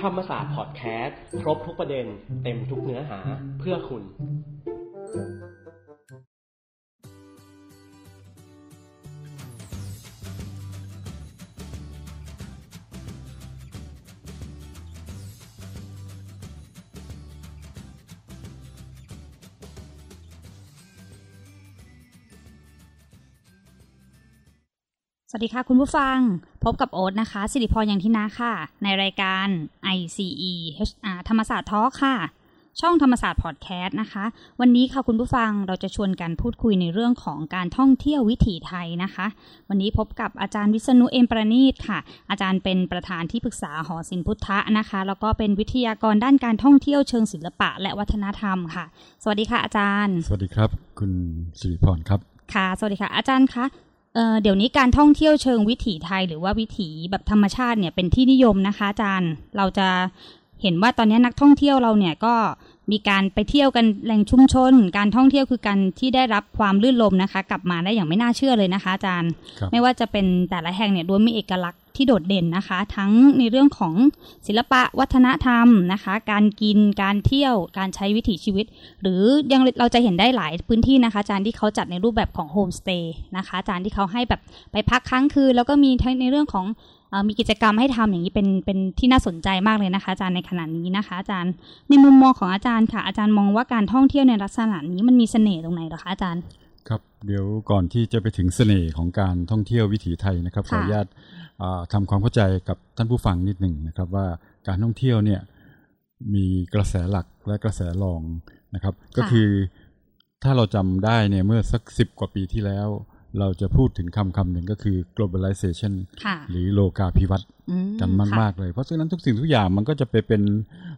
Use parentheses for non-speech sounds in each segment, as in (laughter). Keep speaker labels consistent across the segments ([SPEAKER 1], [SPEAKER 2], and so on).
[SPEAKER 1] ธรรมศาสตร์พอดแคสต์ครบทุกประเด็น เต็มทุกเนื้อหาเพื่อคุณ
[SPEAKER 2] สวัสดีค่ะคุณผู้ฟัง พบกับโอ๊ตนะคะสิริพรยังที่นาค่ะ ในรายการ ICE HR ธรรมศาสตร์ทอค่ะ ช่องธรรมศาสตร์พอดแคสต์นะคะ วันนี้ค่ะคุณผู้ฟังเราจะชวนกันพูดคุยในเรื่องของการท่องเที่ยววิถีไทยนะคะ วันนี้พบกับอาจารย์วิษณุเอมประณีตค่ะ อาจารย์เป็นประธานที่ปรึกษาหอศิลปพุทธะนะคะ แล้วก็เป็นวิทยากรด้านการท่องเที่ยวเชิงศิลปะ และวัฒนธรรมค่ะ สวัสดีค่ะอาจารย์
[SPEAKER 3] สวัสดีครับ คุณสิริพรครับ
[SPEAKER 2] ค่ะ สวัสดีค่ะ อาจารย์คะเอ่อเดี๋ยวนี้การท่องเที่ยวเชิงวิถีไทย หรือว่าวิถีแบบธรรมชาติเนี่ยเป็นที่นิยมนะคะอาจารย์ เราจะเห็นว่าตอนนี้นักท่องเที่ยวเราเนี่ยก็มีการไปเที่ยวกันแหล่งชุมชน การท่องเที่ยวคือการที่ได้รับความลื่นลมนะคะ กลับมาได้อย่างไม่น่าเชื่อเลยนะคะอาจารย์
[SPEAKER 3] ครับ
[SPEAKER 2] ไม่ว่าจะเป็นแต่ละแห่งเนี่ยล้วนมีเอกลักษณ์ที่โดดเด่นนะคะ ทั้งในเรื่องของศิลปะวัฒนธรรมนะคะ การกินการเที่ยวการใช้วิถีชีวิต หรือยังเราจะเห็นได้หลายพื้นที่นะคะอาจารย์ที่เขาจัดในรูปแบบของโฮมสเตย์นะคะอาจารย์ที่เขาให้แบบไปพักค้างคืน แล้วก็มีทั้งในเรื่องของเอ่อมีกิจกรรมให้ทำอย่างนี้เป็นเป็นที่น่าสนใจมากเลยนะคะอาจารย์ในขณะนี้นะคะอาจารย์ในมุมมองของอาจารย์ค่ะอาจารย์มองว่าการท่องเที่ยวในลักษณะนี้มันมีเสน่ห์ตรงไหนเหรอคะอาจารย์
[SPEAKER 3] ครับ เดี๋ยวก่อนที่จะไปถึงเสน่ห์ของการท่องเที่ยววิถีไทยนะครับข
[SPEAKER 2] ค่ะ
[SPEAKER 3] ออนุญาตอ่าทำความเข้าใจกับท่านผู้ฟังนิดหนึ่งนะครับ ว่าการท่องเที่ยวเนี่ยมีกระแสหลักและกระแสรองนะครับ ก็คือถ้าเราจำได้เนี่ยเมื่อสักสิบกว่าปีที่แล้ว เราจะพูดถึงคำคำหนึ่งก็คือ globalization
[SPEAKER 2] ค่ะ
[SPEAKER 3] หรือโลกาภิวัตน์
[SPEAKER 2] อื
[SPEAKER 3] กันมาก
[SPEAKER 2] ค่ะ
[SPEAKER 3] มากๆเลย เพราะฉะนั้นทุกสิ่งทุกอย่างมันก็จะไปเป็น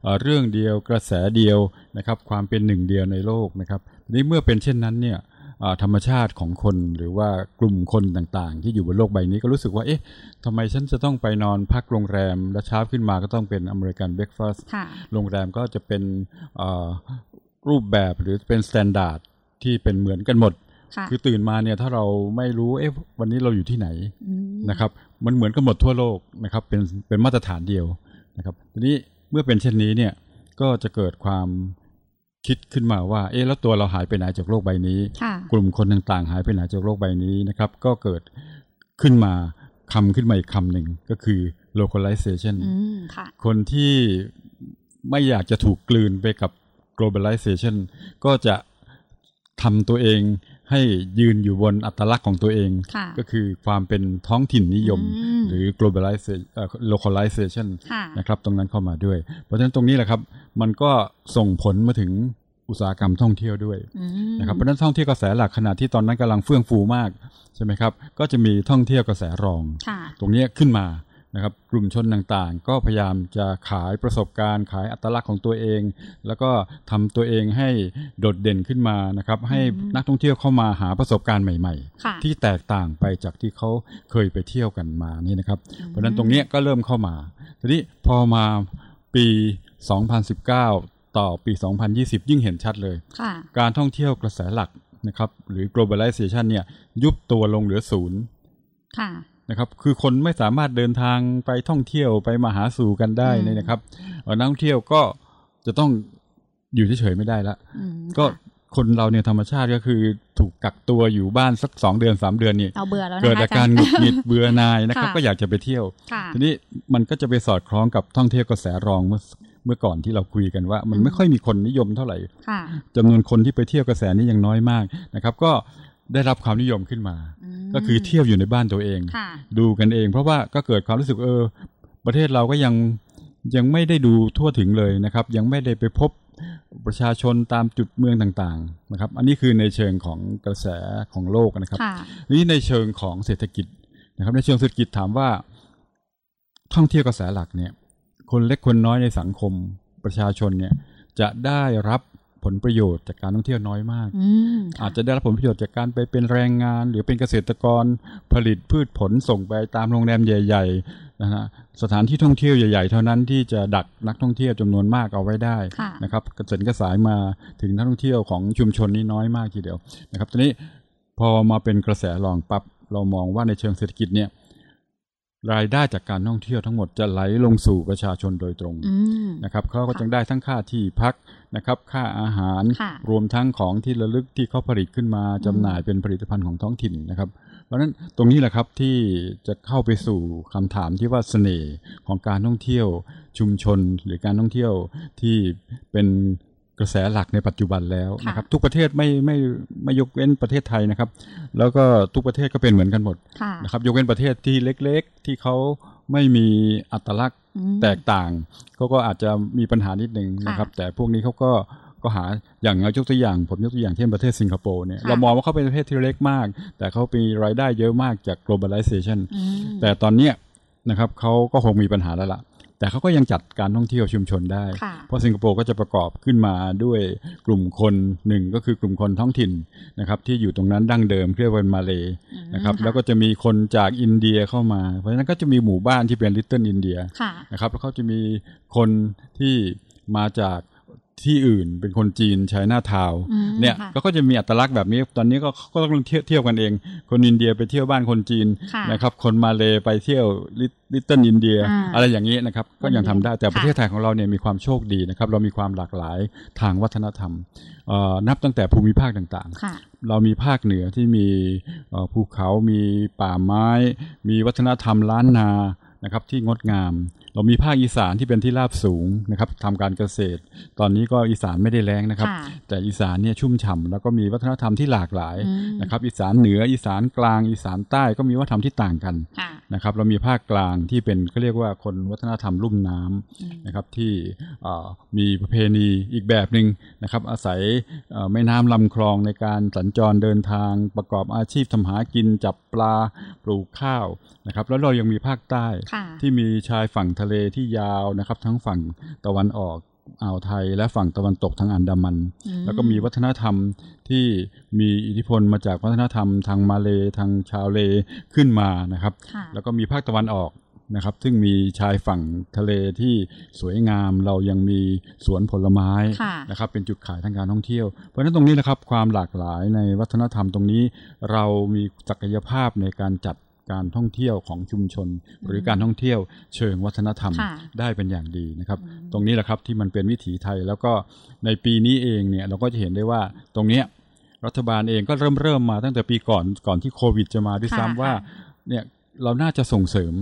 [SPEAKER 3] เอ่อเรื่องเดียวกระแสเดียวนะครับความเป็นหนึ่งเดียวในโลกนะครับทีนี้เมื่อเป็นเช่นนั้นเนี่ยเอ่อธรรมชาติของคนหรือว่ากลุ่มคนต่างๆ ที่อยู่บนโลกใบนี้ก็รู้สึกว่าเอ๊ะทำไมฉันจะต้องไปนอนพักโรงแรม และเช้าขึ้นมาก็ต้องเป็นอเมริกันเบรคฟาสต์
[SPEAKER 2] ค่ะ
[SPEAKER 3] โรงแรมก็จะเป็นเอ่อรูปแบบหรือเป็นสแตนดาร์ดที่เป็นเหมือนกันหมด
[SPEAKER 2] ค่ะ
[SPEAKER 3] คือตื่นมาเนี่ยถ้าเราไม่รู้เอ๊ะวันนี้เราอยู่ที่ไหน
[SPEAKER 2] ม
[SPEAKER 3] นะครับมันเหมือนกันหมดทั่วโลกนะครับเป็นเป็นมาตรฐานเดียวนะครับทีนี้เมื่อเป็นเช่นนี้เนี่ยก็จะเกิดความคิดขึ้นมาว่าเอ๊ะแล้วตัวเราหายไปไหนจากโลกใบนี้
[SPEAKER 2] ค่ะ
[SPEAKER 3] กลุ่มคนต่างๆ หายไปไหนจากโลกใบนี้นะครับก็เกิดขึ้นมาคำขึ้นมาอีกคำหนึ่งก็คือ localization
[SPEAKER 2] อืม ค่ะ
[SPEAKER 3] คนที่ไม่อยากจะถูกกลืนไปกับ globalization ก็จะทำตัวเองให้ยืนอยู่บนอัตลักษณ์ของตัวเอง
[SPEAKER 2] ค่ะ
[SPEAKER 3] ก็คือความเป็นท้องถิ่นนิยม
[SPEAKER 2] อืม
[SPEAKER 3] หรือ globalization เอ่อ localization
[SPEAKER 2] ค่ะ
[SPEAKER 3] นะครับตรงนั้นเข้ามาด้วย เพราะฉะนั้นตรงนี้แหละครับ มันก็ส่งผลมาถึงอุตสาหกรรมท่องเที่ยวด้วย
[SPEAKER 2] อืม
[SPEAKER 3] นะครับเพราะฉะนั้นท่องเที่ยวกระแสหลักขณะที่ตอนนั้นกำลังเฟื่องฟูมากใช่ไหมครับก็จะมีท่องเที่ยวกระแสรอง
[SPEAKER 2] ค่ะ
[SPEAKER 3] ตรงเนี้ยขึ้นมานะครับกลุ่มชนต่างๆ ก็พยายามจะขายประสบการณ์ ขายอัตลักษณ์ของตัวเอง แล้วก็ทำตัวเองให้โดดเด่นขึ้นมานะครับให้นักท่องเที่ยวเข้ามาหาประสบการณ์ใหม่
[SPEAKER 2] ค่ะ
[SPEAKER 3] ๆ ที่แตกต่างไปจากที่เขาเคยไปเที่ยวกันมานี่นะครับเพราะฉะนั้นตรงเนี้ยก็เริ่มเข้ามาทีนี้พอมาปี 2019 ต่อปี 2020 ยิ่งเห็นชัดเลย
[SPEAKER 2] ค่ะ
[SPEAKER 3] การท่องเที่ยวกระแสหลักนะครับหรือ globalization เนี่ยยุบตัวลงเหลือศูนย์
[SPEAKER 2] ค่ะ
[SPEAKER 3] นะครับคือคนไม่สามารถเดินทางไปท่องเที่ยวไปมาหาสู่กันได้
[SPEAKER 2] อืม
[SPEAKER 3] เนี่ยนะครับเอ่อนักท่องเที่ยวก็จะต้องอยู่เฉยๆไม่ได้ละ
[SPEAKER 2] อืม
[SPEAKER 3] ก็
[SPEAKER 2] ค่ะ
[SPEAKER 3] คนเราเนี่ยธรรมชาติก็คือถูกกักตัวอยู่บ้านสักสองเดือนสามเดือนนี่
[SPEAKER 2] เราเบื่อแล้วนะคะ
[SPEAKER 3] เกิดอาการ
[SPEAKER 2] จ
[SPEAKER 3] ห
[SPEAKER 2] ย์
[SPEAKER 3] งุดหงิดเบื่อหนายนะครับ
[SPEAKER 2] ค่ะ
[SPEAKER 3] ก็อยากจะไปเที่ยว
[SPEAKER 2] ค่ะ
[SPEAKER 3] ทีนี้มันก็จะไปสอดคล้องกับท่องเที่ยวกระแสรองเมื่อเมื่อก่อนที่เราคุยกันว่า มัน
[SPEAKER 2] อืม
[SPEAKER 3] ไม่ค่อยมีคนนิยมเท่าไหร่
[SPEAKER 2] ค่ะ
[SPEAKER 3] จำนวนคนที่ไปเที่ยวกระแสนี้ยังน้อยมากนะครับ ก็ได้รับความนิยมขึ้นมา
[SPEAKER 2] ม
[SPEAKER 3] ก็คือเที่ยวอยู่ในบ้านตัวเอง
[SPEAKER 2] ค่ะ
[SPEAKER 3] ดูกันเอง เพราะว่าก็เกิดความรู้สึกเออ ประเทศเราก็ยังยังไม่ได้ดูทั่วถึงเลยนะครับ ยังไม่ได้ไปพบประชาชนตามจุดเมืองต่างๆนะครับ อันนี้คือในเชิงของกระแสของโลกนะครับ
[SPEAKER 2] ค่ะ
[SPEAKER 3] นี่ในเชิงของเศรษฐกิจนะครับ ในเชิงเศรษฐกิจถามว่า ท่องเที่ยวกระแสหลักเนี่ย คนเล็กคนน้อยในสังคมประชาชนเนี่ย จะได้รับผลประโยชน์จากการท่องเที่ยวน้อยมาก
[SPEAKER 2] อืมค่
[SPEAKER 3] อาจจะได้รับผลประโยชน์จากการไปเป็นแรงงาน หรือเป็นเกษตรกรผลิตพืชผลส่งไปตามโรงแรมใหญ่ๆนะฮะสถานที่ท่องเที่ยวใหญ่ๆ เท่านั้นที่จะดักนักท่องเที่ยวจำนวนมากเอาไว้ได้
[SPEAKER 2] ค่ะ
[SPEAKER 3] นะครับกระเสินกระสายมาถึงนักท่องเที่ยวของชุมชนนี้น้อยมากทีเดียวนะครับทีนี้พอมาเป็นกระแสรองปับ๊บเรามองว่าในเชิงเศรษฐกิจเนี่ย รายได้จากการท่องเที่ยวทั้งหมดจะไหลลงสู่ประชาชนโดยตรง
[SPEAKER 2] อืม
[SPEAKER 3] นะครับเขาก็จึงได้ทั้งค่าที่พักนะครับค่าอาหาร
[SPEAKER 2] ค่ะ
[SPEAKER 3] รวมทั้งของที่ระลึกที่เขาผลิตขึ้นมาจำหน่ายเป็นผลิตภัณฑ์ของท้องถิ่นนะครับ เพราะฉะนั้นตรงนี้แหละครับที่จะเข้าไปสู่คำถามที่ว่าเสน่ห์ของการท่องเที่ยวชุมชน หรือการท่องเที่ยวที่เป็นกระแสหลักในปัจจุบันแล้ว
[SPEAKER 2] ค่ะ
[SPEAKER 3] นะครับทุกประเทศไม่ไม่ไม่ยกเว้นประเทศไทยนะครับ แล้วก็ทุกประเทศก็เป็นเหมือนกันหมด
[SPEAKER 2] ค่ะ
[SPEAKER 3] นะครับยกเว้นประเทศที่เล็กๆ ที่เขาไม่มีอัตลักษณ์
[SPEAKER 2] อืม
[SPEAKER 3] แตกต่างเขาก็อาจจะมีปัญหานิดนึง
[SPEAKER 2] ค่ะ
[SPEAKER 3] นะครับ แต่พวกนี้เขาก็ก็หาอย่างเอายกตัวอย่าง ผมยกตัวอย่างเช่นประเทศสิงคโปร์เนี่ย
[SPEAKER 2] ค่ะ
[SPEAKER 3] เรามองว่าเขาเป็นประเทศที่เล็กมาก แต่เขามีรายได้เยอะมากจาก globalization
[SPEAKER 2] อืม
[SPEAKER 3] แต่ตอนเนี้ยนะครับเขาก็คงมีปัญหาแล้วล่ะ แต่เขาก็ยังจัดการท่องเที่ยวชุมชนได้
[SPEAKER 2] ค่ะ
[SPEAKER 3] เพราะสิงคโปร์ก็จะประกอบขึ้นมาด้วยกลุ่มคนหนึ่งก็คือกลุ่มคนท้องถิ่นนะครับที่อยู่ตรงนั้นดั้งเดิมเรียกว่ามาเลย์นะครับแล้วก็จะมีคนจากอินเดียเข้ามา เพราะฉะนั้นก็จะมีหมู่บ้านที่เป็นลิตเติ้ลอินเดีย
[SPEAKER 2] ค่ะ
[SPEAKER 3] นะครับแล้วเขาจะมีคนที่มาจากที่อื่นเป็นคนจีนใช้หน้าทาวน์
[SPEAKER 2] อืม
[SPEAKER 3] เนี่ย
[SPEAKER 2] ค่ะ
[SPEAKER 3] ก็ก็จะมีอัตลักษณ์แบบนี้ ตอนนี้ก็ก็ต้องเที่ยวเที่ยวกันเอง คนอินเดียไปเที่ยวบ้านคนจีน
[SPEAKER 2] ค่ะ
[SPEAKER 3] นะครับคนมาเลไปเที่ยวลิตเติ้ลอินเดีย
[SPEAKER 2] อ่า
[SPEAKER 3] อะไรอย่างนี้นะครับก็ยังทำได้แต่
[SPEAKER 2] ค่ะ
[SPEAKER 3] ประเทศไทยของเราเนี่ยมีความโชคดีนะครับเรามีความหลากหลายทางวัฒนธรรมเอ่อนับตั้งแต่ภูมิภาคต่างๆ
[SPEAKER 2] ค่ะ
[SPEAKER 3] เรามีภาคเหนือที่มีเอ่อภูเขา มีป่าไม้ มีวัฒนธรรมล้านนา นะครับที่งดงาม เรามีภาคอีสานที่เป็นที่ราบสูงนะครับทำการเกษตร ตอนนี้ก็อีสานไม่ได้แล้งนะครับ
[SPEAKER 2] ค่ะ
[SPEAKER 3] แต่อีสานเนี่ยชุ่มฉ่ำแล้วก็มีวัฒนธรรมที่หลากหลาย
[SPEAKER 2] อืม
[SPEAKER 3] นะครับ อีสานเหนือ อีสานกลาง อีสานใต้ก็มีวัฒนธรรมที่ต่างกัน
[SPEAKER 2] ค่ะ
[SPEAKER 3] นะครับเรามีภาคกลางที่เป็นเขาเรียกว่าคนวัฒนธรรมลุ่มน้
[SPEAKER 2] อืม
[SPEAKER 3] ำนะครับที่เอ่อมีประเพณีอีกแบบหนึ่งนะครับอาศัยเอ่อแม่น้ำลำคลองในการสัญจรเดินทางประกอบอาชีพทำหากินจับปลาปลูกข้าวนะครับแล้วเรายังมีภาคใต้
[SPEAKER 2] ค่ะ
[SPEAKER 3] ที่มีชายฝั่งทะเลที่ยาวนะครับทั้งฝั่งตะวันออกอ่าวไทย และฝั่งตะวันตกทางอันดามัน
[SPEAKER 2] อืม
[SPEAKER 3] แล้วก็มีวัฒนธรรมที่มีอิทธิพลมาจากวัฒนธรรมทางมาเลย์ทางชาวเลขึ้นมานะครับ
[SPEAKER 2] ค่ะ
[SPEAKER 3] แล้วก็มีภาคตะวันออกนะครับ ซึ่งมีชายฝั่งทะเลที่สวยงามเรายังมีสวนผลไม้
[SPEAKER 2] ค่ะ
[SPEAKER 3] นะครับ เป็นจุดขายทางการท่องเที่ยว เพราะฉะนั้นตรงนี้นะครับความหลากหลายในวัฒนธรรมตรงนี้ เรามีศักยภาพในการจัดการท่องเที่ยวของชุมชน หรือการท่องเที่ยวเชิงวัฒนธรรม
[SPEAKER 2] ค่ะ
[SPEAKER 3] ได้เป็นอย่างดีนะครับ ตรงนี้แหละครับที่มันเป็นวิถีไทยแล้วก็ในปีนี้เองเนี่ยเราก็จะเห็นได้ว่าตรงเนี้ยรัฐบาลเองก็เริ่มเริ่มมาตั้งแต่ปีก่อนก่อนที่โควิดจะมาด้วย
[SPEAKER 2] ค่ะ
[SPEAKER 3] ซ้ำว่าเนี่ยเราน่าจะส่งเสริม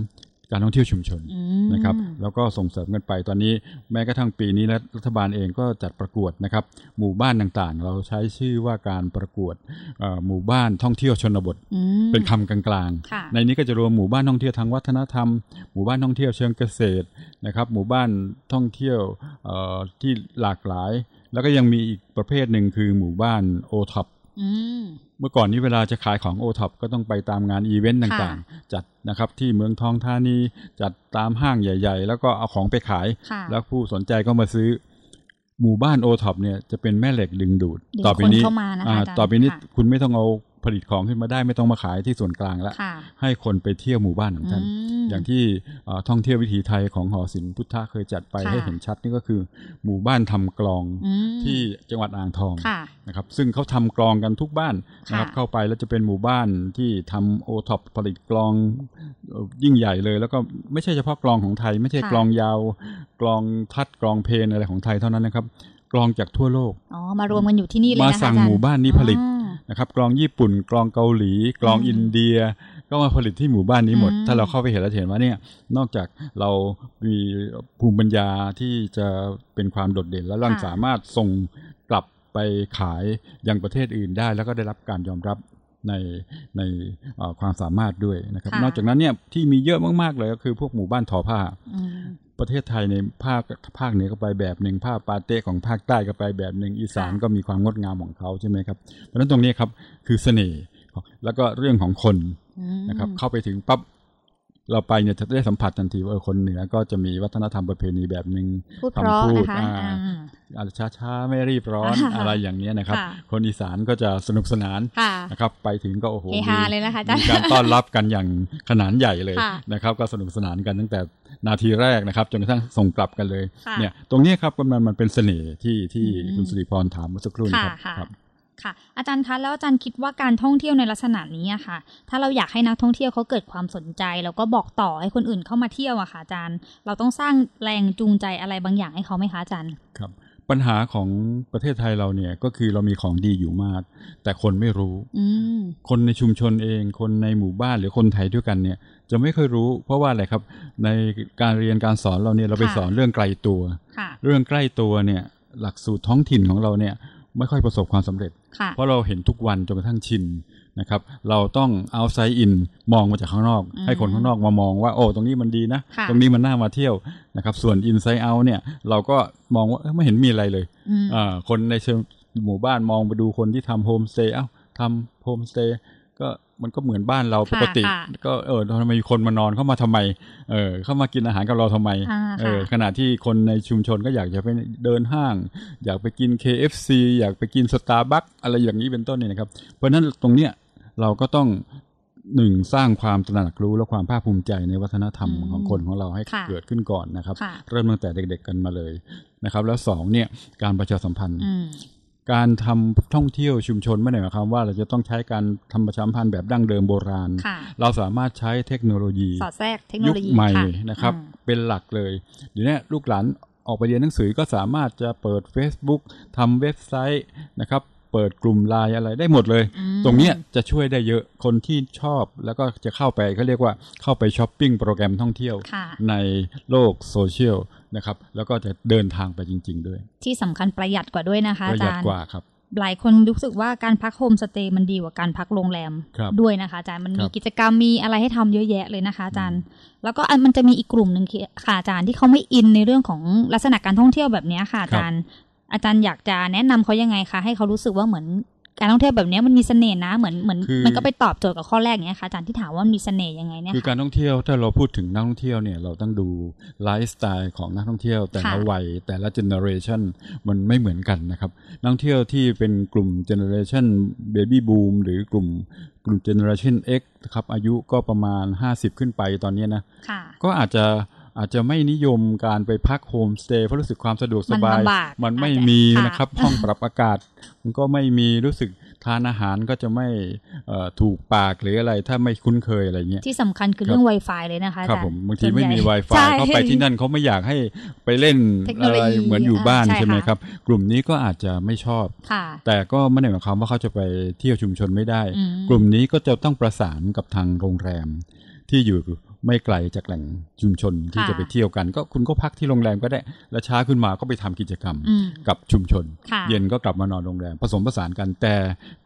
[SPEAKER 3] การท่องเที่ยวชุมชน
[SPEAKER 2] อืม
[SPEAKER 3] นะครับแล้วก็ส่งเสริมกันไปตอนนี้แม้กระทั่งปีนี้และรัฐบาลเองก็จัดประกวดนะครับ หมู่บ้านต่างๆ เราใช้ชื่อว่าการประกวดเอ่อหมู่บ้านท่องเที่ยวชนบท
[SPEAKER 2] อืม
[SPEAKER 3] เป็นคำกลาง
[SPEAKER 2] ค่ะ
[SPEAKER 3] ๆ ในนี้ก็จะรวมหมู่บ้านท่องเที่ยวทางวัฒนธรรม หมู่บ้านท่องเที่ยวเชิงเกษตรนะครับ หมู่บ้านท่องเที่ยวเอ่อที่หลากหลาย แล้วก็ยังมีอีกประเภทหนึ่งคือหมู่บ้านโอท็อป
[SPEAKER 2] อืม
[SPEAKER 3] เมื่อก่อนนี้เวลาจะขายของโอท็อปก็ต้องไปตามงานอีเวนต์ต่างๆ จัดนะครับที่เมืองทองธานีจัดตามห้างใหญ่ ๆ แล้วก็เอาของไปขาย
[SPEAKER 2] ค่ะ
[SPEAKER 3] แล้วผู้สนใจก็มาซื้อ หมู่บ้านโอท็อปเนี่ยจะเป็นแม่เหล็กดึงดูด
[SPEAKER 2] ดึง
[SPEAKER 3] ต่อไปนี้
[SPEAKER 2] คนเข้ามานะคะ
[SPEAKER 3] อ่า
[SPEAKER 2] อาจารย์
[SPEAKER 3] ต่อไปนี้
[SPEAKER 2] ค่ะ
[SPEAKER 3] คุณไม่ต้องเอาผลิตของขึ้นมาได้ไม่ต้องมาขายที่ส่วนกลางแล้ว
[SPEAKER 2] ค่ะ
[SPEAKER 3] ให้คนไปเที่ยวหมู่บ้านของท่าน
[SPEAKER 2] ม
[SPEAKER 3] อย่างที่เอ่อท่องเที่ยววิถีไทยของหอศิลป์พุทธะเคยจัดไป
[SPEAKER 2] ค่ะ
[SPEAKER 3] ให้เห็นชัดนี่ก็คือ หมู่บ้านทำกลอง
[SPEAKER 2] อืม
[SPEAKER 3] ที่จังหวัดอ่างทอง
[SPEAKER 2] ค่ะ
[SPEAKER 3] นะครับซึ่งเขาทำกลองกันทุกบ้านนะครับ
[SPEAKER 2] ค่ะ
[SPEAKER 3] เข้าไปแล้วจะเป็นหมู่บ้านที่ทำโอท็อปผลิตกลองเอ่อยิ่งใหญ่เลย แล้วก็ไม่ใช่เฉพาะกลองของไทย ไม่ใช่กลองยาว กลองทัดกลองเพลนอะไรของไทยเท่านั้นนะครับกลองจากทั่วโลก
[SPEAKER 2] อ๋อ มารวมกันอยู่ที่นี่เลยนะคะ
[SPEAKER 3] มาสั่ง
[SPEAKER 2] อจรย์
[SPEAKER 3] หมู่บ้านนี้ผลิต
[SPEAKER 2] อ๋อ
[SPEAKER 3] นะครับกลองญี่ปุ่นกลองเกาหลี กลอง
[SPEAKER 2] อืม
[SPEAKER 3] อินเดีย ก็มาผลิตที่หมู่บ้านนี้หมด
[SPEAKER 2] อืม
[SPEAKER 3] ถ้าเราเข้าไปเห็นเราจะเห็นว่าเนี่ยนอกจากเรามีภูมิปัญญาที่จะเป็นความโดดเด่น แล้วเรา
[SPEAKER 2] ค่ะ
[SPEAKER 3] สามารถส่งกลับไปขายยังประเทศอื่นได้ แล้วก็ได้รับการยอมรับในในเอ่อความสามารถด้วยนะครับ
[SPEAKER 2] ค่ะ
[SPEAKER 3] นอกจากนั้นเนี่ยที่มีเยอะมากๆเลยก็คือพวกหมู่บ้านทอผ้า
[SPEAKER 2] อืม
[SPEAKER 3] ประเทศไทยในภาคภาคเหนือก็ไปแบบหนึ่งภาคปาเต้ของภาคใต้ก็ไปแบบหนึ่งอีสาน
[SPEAKER 2] ค่ะ
[SPEAKER 3] ก็มีความงดงามของเขาใช่ไหมครับเพราะฉะนั้นตรงนี้ครับคือเสน่ห์ของแล้วก็เรื่องของคนนะครับ เข้าไปถึงปั๊บเราไปเนี่ยจะได้สัมผัสทันทีว่าเออคนเหนือก็จะมีวัฒนธรรมประเพณีแบบหนึ่ง
[SPEAKER 2] พูดเพราะนะคะ
[SPEAKER 3] คำพูดอ่า
[SPEAKER 2] อ่า
[SPEAKER 3] อาจจะช้าๆไม่รีบร้อน
[SPEAKER 2] อ่า
[SPEAKER 3] อะไรอย่างเนี้ยนะครับ
[SPEAKER 2] ค่ะ
[SPEAKER 3] คนอีสานก็จะสนุกสนาน
[SPEAKER 2] ค่ะ
[SPEAKER 3] นะครับ ไปถึงก็โอ้โห
[SPEAKER 2] เฮฮาเลยนะคะอาจารย์
[SPEAKER 3] มีการต้อนรับกันอย่างขนานใหญ่เลย
[SPEAKER 2] ค่ะ
[SPEAKER 3] นะครับ ก็สนุกสนานกันตั้งแต่นาทีแรกนะครับจนกระทั่งส่งกลับกันเลย
[SPEAKER 2] ค่ะ
[SPEAKER 3] เนี่ยตรงเนี้ยครับมันมันเป็นเสน่ห์ที่ที่
[SPEAKER 2] อืม
[SPEAKER 3] คุณสุริพรถามเมื่อสักครู่นี้
[SPEAKER 2] ค่ะ
[SPEAKER 3] ค
[SPEAKER 2] ค่ะ
[SPEAKER 3] รับครับ
[SPEAKER 2] ค่ะ อาจารย์คะแล้วอาจารย์คิดว่าการท่องเที่ยวในลักษณะนี้อะค่ะ ถ้าเราอยากให้นักท่องเที่ยวเขาเกิดความสนใจ แล้วก็บอกต่อให้คนอื่นเข้ามาเที่ยวอะค่ะอาจารย์ เราต้องสร้างแรงจูงใจอะไรบางอย่างให้เขาไหมคะอาจารย์
[SPEAKER 3] ครับปัญหาของประเทศไทยเราเนี่ยก็คือเรามีของดีอยู่มาก แต่คนไม่รู้
[SPEAKER 2] อืม
[SPEAKER 3] คนในชุมชนเอง คนในหมู่บ้านหรือคนไทยด้วยกันเนี่ยจะไม่ค่อยรู้ เพราะว่าอะไรครับในการเรียนการสอนเราเนี่ยเราไป
[SPEAKER 2] ค่ะ
[SPEAKER 3] สอนเรื่องไกลตัว
[SPEAKER 2] ค่ะ
[SPEAKER 3] เรื่องใกล้ตัวเนี่ยหลักสูตรท้องถิ่นของเราเนี่ยไม่ค่อยประสบความสำเร็จ
[SPEAKER 2] ค่ะ
[SPEAKER 3] เพราะเราเห็นทุกวันจนกระทั่งชินนะครับเราต้อง outside in มองมาจากข้างนอก
[SPEAKER 2] อืม
[SPEAKER 3] ให้คนข้างนอกมามองว่าโอ้ตรงนี้มันดีนะ
[SPEAKER 2] ค่ะ
[SPEAKER 3] ตรงนี้มันน่ามาเที่ยวนะครับส่วน inside out เนี่ยเราก็มองว่าเอ้ยไม่เห็นมีอะไรเลย
[SPEAKER 2] อืม
[SPEAKER 3] อ่าคนในเชิงหมู่บ้านมองไปดูคนที่ทำโฮมสเตย์เอ้าทำโฮมสเตย์ก็มันก็เหมือนบ้านเรา
[SPEAKER 2] ค่ะ
[SPEAKER 3] ปกติ
[SPEAKER 2] ค่ะ
[SPEAKER 3] ก็เออทำไมมีคนมานอนเข้ามาทำไมเออเข้ามากินอาหารกับเราทำไม
[SPEAKER 2] อ่า
[SPEAKER 3] เออ
[SPEAKER 2] ค่ะ
[SPEAKER 3] ขณะที่คนในชุมชนก็อยากจะไปเดินห้าง อยากไปกิน KFC อยากไปกินสตาร์บัคอะไรอย่างนี้เป็นต้นเนี่ยนะครับ เพราะฉะนั้นตรงเนี้ยเราก็ต้องหนึ่งสร้างความตระหนักรู้และความภาคภูมิใจในวัฒนธรรม
[SPEAKER 2] อืม
[SPEAKER 3] ของคนของเราให้
[SPEAKER 2] ค่ะ
[SPEAKER 3] เกิดขึ้นก่อนนะครับ
[SPEAKER 2] ค่ะ
[SPEAKER 3] เริ่มตั้งแต่เด็ก ๆ กันมาเลยนะครับ แล้วสองเนี่ยการประชาสัมพันธ์
[SPEAKER 2] อืม
[SPEAKER 3] การทำท่องเที่ยวชุมชนไม่ได้หมายความว่าเราจะต้องใช้การทำประชาสัมพันธ์แบบดั้งเดิมโบราณ
[SPEAKER 2] ค่ะ
[SPEAKER 3] เราสามารถใช้เทคโนโลยี
[SPEAKER 2] สอดแทรกเทคโน
[SPEAKER 3] ยุค
[SPEAKER 2] โลยี
[SPEAKER 3] ใหม่
[SPEAKER 2] ค่ะ
[SPEAKER 3] นะครับ
[SPEAKER 2] อืม
[SPEAKER 3] เป็นหลักเลยเดี๋ยวนี้ลูกหลานออกไปเรียนหนังสือก็สามารถจะเปิด Facebook ทำเว็บไซต์นะครับ เปิดกลุ่มไลน์อะไรได้หมดเลย
[SPEAKER 2] อืม
[SPEAKER 3] ตรงเนี้ยจะช่วยได้เยอะคนที่ชอบแล้วก็จะเข้าไปเขาเรียกว่าเข้าไปช้อปปิ้งโปรแกรมท่องเที่ยว
[SPEAKER 2] ค่ะ
[SPEAKER 3] ในโลกโซเชียลนะครับแล้วก็จะเดินทางไปจริง ๆ ด้วย
[SPEAKER 2] ที่สำคัญประหยัดกว่าด้วยนะคะ
[SPEAKER 3] ป
[SPEAKER 2] อา
[SPEAKER 3] ระหยั
[SPEAKER 2] จา
[SPEAKER 3] ด
[SPEAKER 2] รย์
[SPEAKER 3] กว่าครับ
[SPEAKER 2] หลายคนรู้สึกว่าการพักโฮมสเตย์มันดีกว่าการพักโรงแรม
[SPEAKER 3] ครับ
[SPEAKER 2] ด้วยนะคะอาจารย์มันมี
[SPEAKER 3] ครับ
[SPEAKER 2] กิจกรรมมีอะไรให้ทำเยอะแยะเลยนะคะอาจารย์ แล้วก็อันมันจะมีอีกกลุ่มหนึ่งคือค่ะอาจารย์ที่เขาไม่อินในเรื่องของลักษณะการท่องเที่ยวแบบเนี้ยค่ะอา
[SPEAKER 3] ครับ
[SPEAKER 2] จารย์ อาจารย์อยากจะแนะนำเขายังไงคะให้เขารู้สึกว่าเหมือนการท่องเที่ยวแบบเนี้ยมันมีเสน่ห์นะเหมือนเหมือนมันก็ไปตอบโจทย์กับข้อแรกเนี้ยค่ะอาจารย์ที่ถามว่ามันมีเสน่ห์ยังไงเนี่ย
[SPEAKER 3] คือ
[SPEAKER 2] ค่ะ
[SPEAKER 3] การท่องเที่ยวถ้าเราพูดถึงนักท่องเที่ยวเนี่ยเราต้องดูไลฟ์สไตล์ของนักท่องเที่ยว แต่ละ
[SPEAKER 2] ค่ะ
[SPEAKER 3] วัยแต่ละเจเนอเรชันมันไม่เหมือนกันนะครับนักท่องเที่ยวที่เป็นกลุ่มเจเนอเรชันเบบี้บูมหรือกลุ่มกลุ่มเจเนอเรชัน X ครับอายุก็ประมาณ 50 ขึ้นไปตอนเนี้ยนะ
[SPEAKER 2] ค่ะ
[SPEAKER 3] ก็อาจจะอาจจะไม่นิยมการไปพักโฮมสเตย์เพราะรู้สึกความสะดวกสบาย
[SPEAKER 2] มันลำบาก
[SPEAKER 3] มันไม่
[SPEAKER 2] อาจจะ
[SPEAKER 3] มี
[SPEAKER 2] ค่ะ
[SPEAKER 3] นะครับ (laughs) ห้องปรับอากาศ มันก็ไม่มีรู้สึกทานอาหารก็จะไม่เอ่อถูกปากหรืออะไรถ้าไม่คุ้นเคยอะไรเงี้ย
[SPEAKER 2] ที่สำคัญคือ
[SPEAKER 3] ครับ
[SPEAKER 2] เรื่อง Wi-Fi เลยนะคะอา
[SPEAKER 3] ครั
[SPEAKER 2] จาร
[SPEAKER 3] บ
[SPEAKER 2] ย์
[SPEAKER 3] ผมบางที
[SPEAKER 2] ส่วน
[SPEAKER 3] ไม่
[SPEAKER 2] ใหญ่
[SPEAKER 3] มี
[SPEAKER 2] ใช่
[SPEAKER 3] Wi-Fi เข้าไปที่นั่นเขาไม่อยากให้ไปเล่น
[SPEAKER 2] เทคโน
[SPEAKER 3] อะ
[SPEAKER 2] โล
[SPEAKER 3] ไร
[SPEAKER 2] ยี
[SPEAKER 3] เหมือนอยู่บ้าน
[SPEAKER 2] อ่าใช่
[SPEAKER 3] ใช่ไหม
[SPEAKER 2] ค่ะ
[SPEAKER 3] ครับ กลุ่มนี้ก็อาจจะไม่ชอบ
[SPEAKER 2] ค่ะ
[SPEAKER 3] แต่ก็ไม่ได้หมายความว่าเขาจะไปเที่ยวชุมชนไม่ได้
[SPEAKER 2] อืม
[SPEAKER 3] กลุ่มนี้ก็จะต้องประสานกับทางโรงแรม ที่อยู่ไม่ไกลจากแหล่งชุมชนที่จะไปเที่ยวกัน ก็คุณก็พักที่โรงแรมก็ได้ และเช้าขึ้นมาก็ไปทำกิจกรรม
[SPEAKER 2] อืม
[SPEAKER 3] กับชุมชน
[SPEAKER 2] ค่ะ
[SPEAKER 3] เย็นก็กลับมานอนโรงแรมผสมผสานกันแต่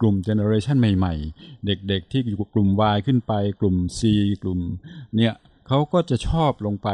[SPEAKER 3] กลุ่มเจเนอเรชันใหม่ๆ เด็กๆที่อยู่กลุ่ม Y ขึ้นไป กลุ่ม C กลุ่มเนี่ยเขาก็จะชอบลงไป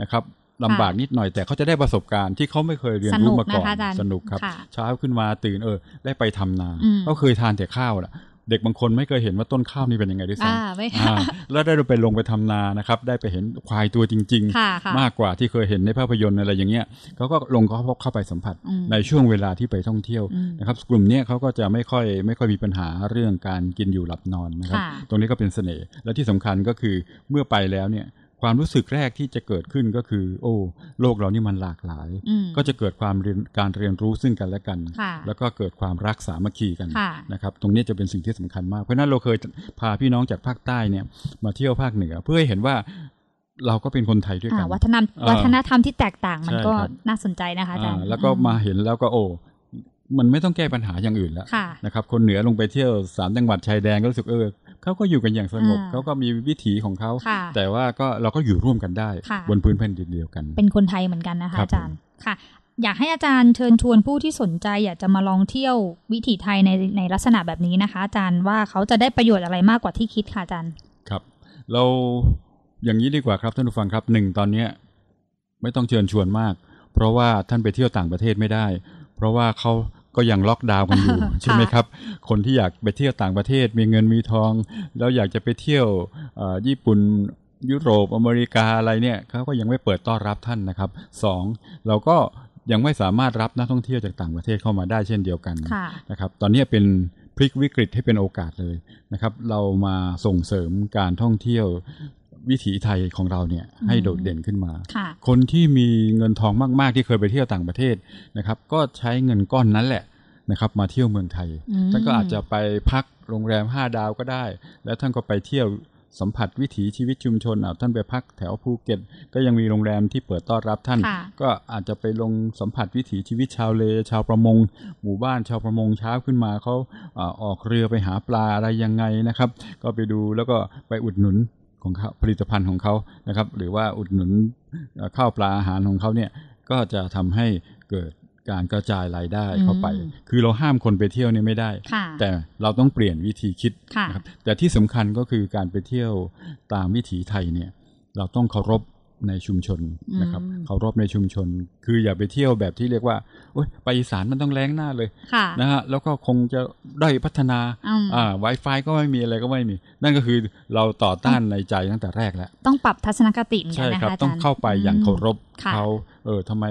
[SPEAKER 3] นะครับลำบากนิดหน่อยแต่เขาจะได้ประสบการณ์ที่เขาไม่เคยเรียนรู้มาก่อน
[SPEAKER 2] สนุกนะคะอาจารย์
[SPEAKER 3] สนุกครับ
[SPEAKER 2] ค่ะ
[SPEAKER 3] เช้าขึ้นมาตื่นเออ ได้ไปทำนา
[SPEAKER 2] อืม
[SPEAKER 3] เขาเคยทานแต่ข้าวแหละเด็กบางคนไม่เคยเห็นว่าต้นข้าวนี่เป็นยังไงด้วยซ้
[SPEAKER 2] อ่าไม่
[SPEAKER 3] ำ
[SPEAKER 2] ค่ะ
[SPEAKER 3] อ่าแล้วได้ไปลงไปทำนานะครับ ได้ไปเห็นควายตัวจริง ๆ
[SPEAKER 2] (laughs) ค่ะค่ะ
[SPEAKER 3] มากกว่าที่เคยเห็นในภาพยนตร์อะไรอย่างเงี้ยเขาก็ลงเข้าเข้าไปสัมผัส
[SPEAKER 2] อืม
[SPEAKER 3] ในช่วงเวลาที่ไปท่องเที่ยว
[SPEAKER 2] อืม
[SPEAKER 3] นะครับ กลุ่มเนี้ยเขาก็จะไม่ค่อยไม่ค่อยมีปัญหาเรื่องการกินอยู่หลับนอนนะครับ
[SPEAKER 2] ค่ะ
[SPEAKER 3] ตรงนี้ก็เป็นเสน่ห์และที่สำคัญก็คือเมื่อไปแล้วเนี่ยความรู้สึกแรกที่จะเกิดขึ้นก็คือ โอ้ โลกเรานี่มันหลากหลาย
[SPEAKER 2] อืม
[SPEAKER 3] ก็จะเกิดความเรียนการเรียนรู้ซึ่งกันและกัน
[SPEAKER 2] ค่ะ
[SPEAKER 3] แล้วก็เกิดความรักสามัคคีกัน
[SPEAKER 2] ค่ะ
[SPEAKER 3] นะครับ ตรงนี้จะเป็นสิ่งที่สำคัญมาก เพราะฉะนั้นเราเคยพาพี่น้องจากภาคใต้เนี่ยมาเที่ยวภาคเหนือ เพื่อให้เห็นว่าเราก็เป็นคนไทยด้วยกั
[SPEAKER 2] อ่าน วัฒนธรรม
[SPEAKER 3] อ่า
[SPEAKER 2] วัฒนธรรมที่แตกต่างมัน
[SPEAKER 3] ใช่
[SPEAKER 2] ก็
[SPEAKER 3] ครับ
[SPEAKER 2] น่าสนใจนะคะอาจารย์
[SPEAKER 3] อ่าแล้วก็มาเห็นแล้วก็โอ้มันไม่ต้องแก้ปัญหาอย่างอื่นแล้ว
[SPEAKER 2] ค่ะ
[SPEAKER 3] นะครับ คนเหนือลงไปเที่ยวสามจังหวัดชายแดนก็รู้สึกเออเขาก็อยู่กันอย่างสงบ
[SPEAKER 2] อ่า
[SPEAKER 3] เขาก็มีวิถีของเขา
[SPEAKER 2] ค่ะ
[SPEAKER 3] แต่ว่าก็เราก็อยู่ร่วมกันได้
[SPEAKER 2] ค่ะ
[SPEAKER 3] บนพื้นแผ่นดินเดียวกัน
[SPEAKER 2] เป็นคนไทยเหมือนกันนะคะ
[SPEAKER 3] ครับ
[SPEAKER 2] อาจารย์ค่ะ อยากให้อาจารย์เชิญชวนผู้ที่สนใจ อยากจะมาลองเที่ยววิถีไทยในในลักษณะแบบนี้นะคะ อาจารย์ว่าเขาจะได้ประโยชน์อะไรมากกว่าที่คิดค่ะอาจารย์
[SPEAKER 3] ครับเราอย่างนี้ดีกว่าครับท่านผู้ฟังครับหนึ่งตอนเนี้ยไม่ต้องเชิญชวนมาก เพราะว่าท่านไปเที่ยวต่างประเทศไม่ได้ เพราะว่าเขาก็ยังล็อกดาวน์กัน
[SPEAKER 2] (laughs)
[SPEAKER 3] อยู่
[SPEAKER 2] ค่ะ
[SPEAKER 3] ใช่ไหมครับ คนที่อยากไปเที่ยวต่างประเทศ มีเงินมีทอง แล้วอยากจะไปเที่ยวเอ่อญี่ปุ่นยุโรปอเมริกาอะไรเนี่ยเขาก็ยังไม่เปิดต้อนรับท่านนะครับสองเราก็ยังไม่สามารถรับนักท่องเที่ยวจากต่างประเทศเข้ามาได้เช่นเดียวกัน
[SPEAKER 2] ค่ะ
[SPEAKER 3] นะครับตอนนี้เป็นพลิกวิกฤตให้เป็นโอกาสเลยนะครับ เรามาส่งเสริมการท่องเที่ยววิถีไทยของเราเนี่ยให้โดดเด่นขึ้นมา
[SPEAKER 2] ค่ะ
[SPEAKER 3] คนที่มีเงินทองมาก ๆ ที่เคยไปเที่ยวต่างประเทศนะครับ ก็ใช้เงินก้อนนั้นแหละ นะครับมาเที่ยวเมืองไทย
[SPEAKER 2] อืม
[SPEAKER 3] ท่านก็อาจจะไปพักโรงแรม 5 ดาวก็ได้ แล้วท่านก็ไปเที่ยวสัมผัสวิถีชีวิตชุมชนอ่ะท่านไปพักแถวภูเก็ต ก็ยังมีโรงแรมที่เปิดต้อนรับท่าน
[SPEAKER 2] ค่ะ
[SPEAKER 3] ก็อาจจะไปลงสัมผัสวิถีชีวิตชาวเล ชาวประมง หมู่บ้านชาวประมงเช้าขึ้นมาเขาอ่าออกเรือไปหาปลาอะไรยังไงนะครับ ก็ไปดูแล้วก็ไปอุดหนุนของเขาผลิตภัณฑ์ของเขานะครับ หรือว่าอุดหนุนเอ่อข้าวปลาอาหารของเขาเนี่ยก็จะทำให้เกิดการกระจายรายได้เข้าไป
[SPEAKER 2] อืม
[SPEAKER 3] คือเราห้ามคนไปเที่ยวเนี่ยไม่ได้
[SPEAKER 2] ค่ะ
[SPEAKER 3] แต่เราต้องเปลี่ยนวิธีคิด
[SPEAKER 2] ค่ะ
[SPEAKER 3] นะครับแต่ที่สำคัญก็คือการไปเที่ยวตามวิถีไทยเนี่ยเราต้องเคารพในชุมชนนะครับ
[SPEAKER 2] อืม
[SPEAKER 3] เคารพในชุมชน คืออย่าไปเที่ยวแบบที่เรียกว่าโอ๊ยไปอีสานมันต้องแรงหน้าเลย
[SPEAKER 2] ค่ะ
[SPEAKER 3] นะฮะแล้วก็คงจะได้อยพัฒนา
[SPEAKER 2] อืม
[SPEAKER 3] อ่า Wi-Fi ก็ไม่มีอะไรก็ไม่มี นั่นก็คือเราต่อต้านในใจตั้งแต่แรกแล้ว
[SPEAKER 2] ต้องปรับทัศนคติเหมือนกั
[SPEAKER 3] ใช่
[SPEAKER 2] นนะ
[SPEAKER 3] ค
[SPEAKER 2] คะ
[SPEAKER 3] รับ
[SPEAKER 2] อาจารย์
[SPEAKER 3] ต้องเข้าไปอย่างเคารพ
[SPEAKER 2] ค่ะ
[SPEAKER 3] เขาเออทำไม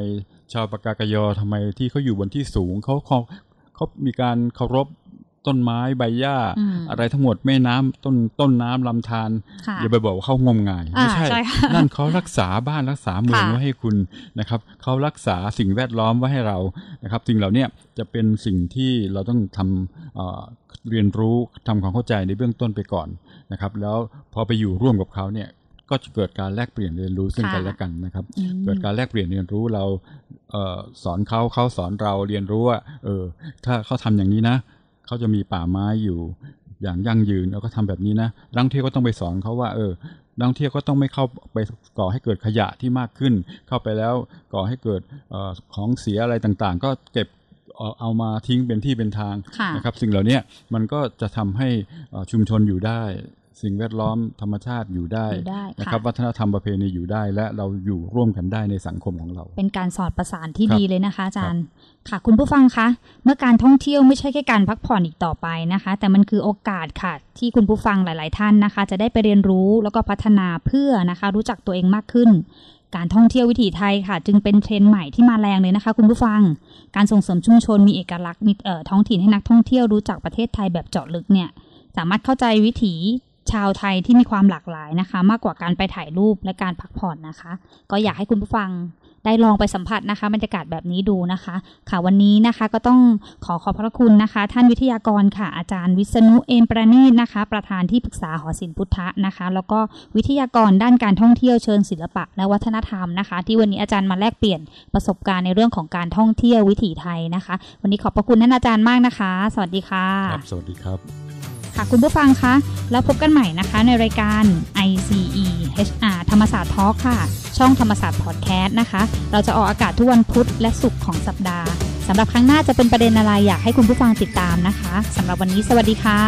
[SPEAKER 3] ชาวปากากยอทำไมที่เขาอยู่บนที่สูงเขาเขาเขามีการเคารพต้นไม้ใบหญ้า
[SPEAKER 2] อืม
[SPEAKER 3] อะไรทั้งหมดแม่น้ำต้นต้นน้ำลำธาร
[SPEAKER 2] ค่ะ
[SPEAKER 3] อย่าไปบอกว่าเขางมงาย
[SPEAKER 2] อ่า
[SPEAKER 3] ไม่ใช่
[SPEAKER 2] ใช่ค่ะ
[SPEAKER 3] นั่นเขารักษาบ้านรักษาเมือง
[SPEAKER 2] ค่ะ
[SPEAKER 3] ไว้ให้คุณนะครับเขารักษาสิ่งแวดล้อมไว้ให้เรานะครับสิ่งเหล่าเนี้ยจะเป็นสิ่งที่เราต้องทำเอ่อเรียนรู้ทำความเข้าใจในเบื้องต้นไปก่อนนะครับ แล้วพอไปอยู่ร่วมกับเขาเนี่ยก็จะเกิดการแลกเปลี่ยนเรียนรู้ซึ่งกันและกันนะครับ
[SPEAKER 2] อืม
[SPEAKER 3] เกิดการแลกเปลี่ยนเรียนรู้เราเออสอนเขาเขาสอนเราเรียนรู้ว่าเออ ถ้าเขาทำอย่างนี้นะเขาจะมีป่าไม้อยู่ อย่างยั่งยืนแล้วก็ทำแบบนี้นะนักท่องเที่ยวก็ต้องไปสอนเขาว่า เออนักท่องเที่ยวก็ต้องไม่เข้าไปก่อให้เกิดขยะที่มากขึ้น เข้าไปแล้วก่อให้เกิดเออของเสียอะไรต่างๆ ก็เก็บเอาเอามาทิ้งเป็นที่เป็นทาง
[SPEAKER 2] ค่ะ
[SPEAKER 3] นะครับ สิ่งเหล่าเนี้ยมันก็จะทำให้เอ่อชุมชนอยู่ได้ สิ่งแวดล้อมธรรมชาติอยู่ได้
[SPEAKER 2] อยู่ได้
[SPEAKER 3] นะค
[SPEAKER 2] ค่ะ
[SPEAKER 3] รับวัฒนธรรมประเพณีอยู่ได้และเราอยู่ร่วมกันได้ในสังคมของเรา
[SPEAKER 2] เป็นการสอดประสานที่
[SPEAKER 3] ครับ
[SPEAKER 2] ดีเลยนะคะอาจารย์ ค่ะ คุณผู้ฟังคะ เมื่อการท่องเที่ยวไม่ใช่แค่การพักผ่อนอีกต่อไปนะคะ แต่มันคือโอกาสค่ะ ที่คุณผู้ฟังหลาย ๆ ท่านนะคะ จะได้ไปเรียนรู้แล้วก็พัฒนาเพื่อนะคะ รู้จักตัวเองมากขึ้น การท่องเที่ยววิถีไทยค่ะ จึงเป็นเทรนด์ใหม่ที่มาแรงเลยนะคะ คุณผู้ฟัง การส่งเสริมชุมชนมีเอกลักษณ์มีเอ่อท้องถิ่นให้นักท่องเที่ยวรู้จักประเทศไทยแบบเจาะลึกเนี่ย สามารถเข้าใจวิถีชาวไทยที่มีความหลากหลายนะคะ มากกว่าการไปถ่ายรูปและการพักผ่อนนะคะ ก็อยากให้คุณผู้ฟังได้ลองไปสัมผัสนะคะบรรยากาศแบบนี้ดูนะคะ ค่ะวันนี้นะคะก็ต้องขอขอบพระคุณนะคะ ท่านวิทยากรค่ะ อาจารย์วิษณุเอมประณีตนะคะ ประธานที่ปรึกษาหอศิลป์พุทธะนะคะ แล้วก็วิทยากรด้านการท่องเที่ยวเชิงศิลปะและวัฒนธรรมนะคะ ที่วันนี้อาจารย์มาแลกเปลี่ยนประสบการณ์ในเรื่องของการท่องเที่ยววิถีไทยนะคะ วันนี้ขอบพระคุณท่านอาจารย์มากนะคะ สวัสดีค่ะ
[SPEAKER 3] ครับ สวัสดีครับ
[SPEAKER 2] ค่ะคุณผู้ฟังคะ แล้วพบกันใหม่นะคะในรายการ ICE HR ธรรมศาสตร์ทอค่ะ ช่องธรรมศาสตร์พอดแคสต์นะคะ เราจะออกอากาศทุกวันพุธและศุกร์ของสัปดาห์สำหรับครั้งหน้าจะเป็นประเด็นอะไรอยากให้คุณผู้ฟังติดตามนะคะสำหรับวันนี้สวัสดีค่ะ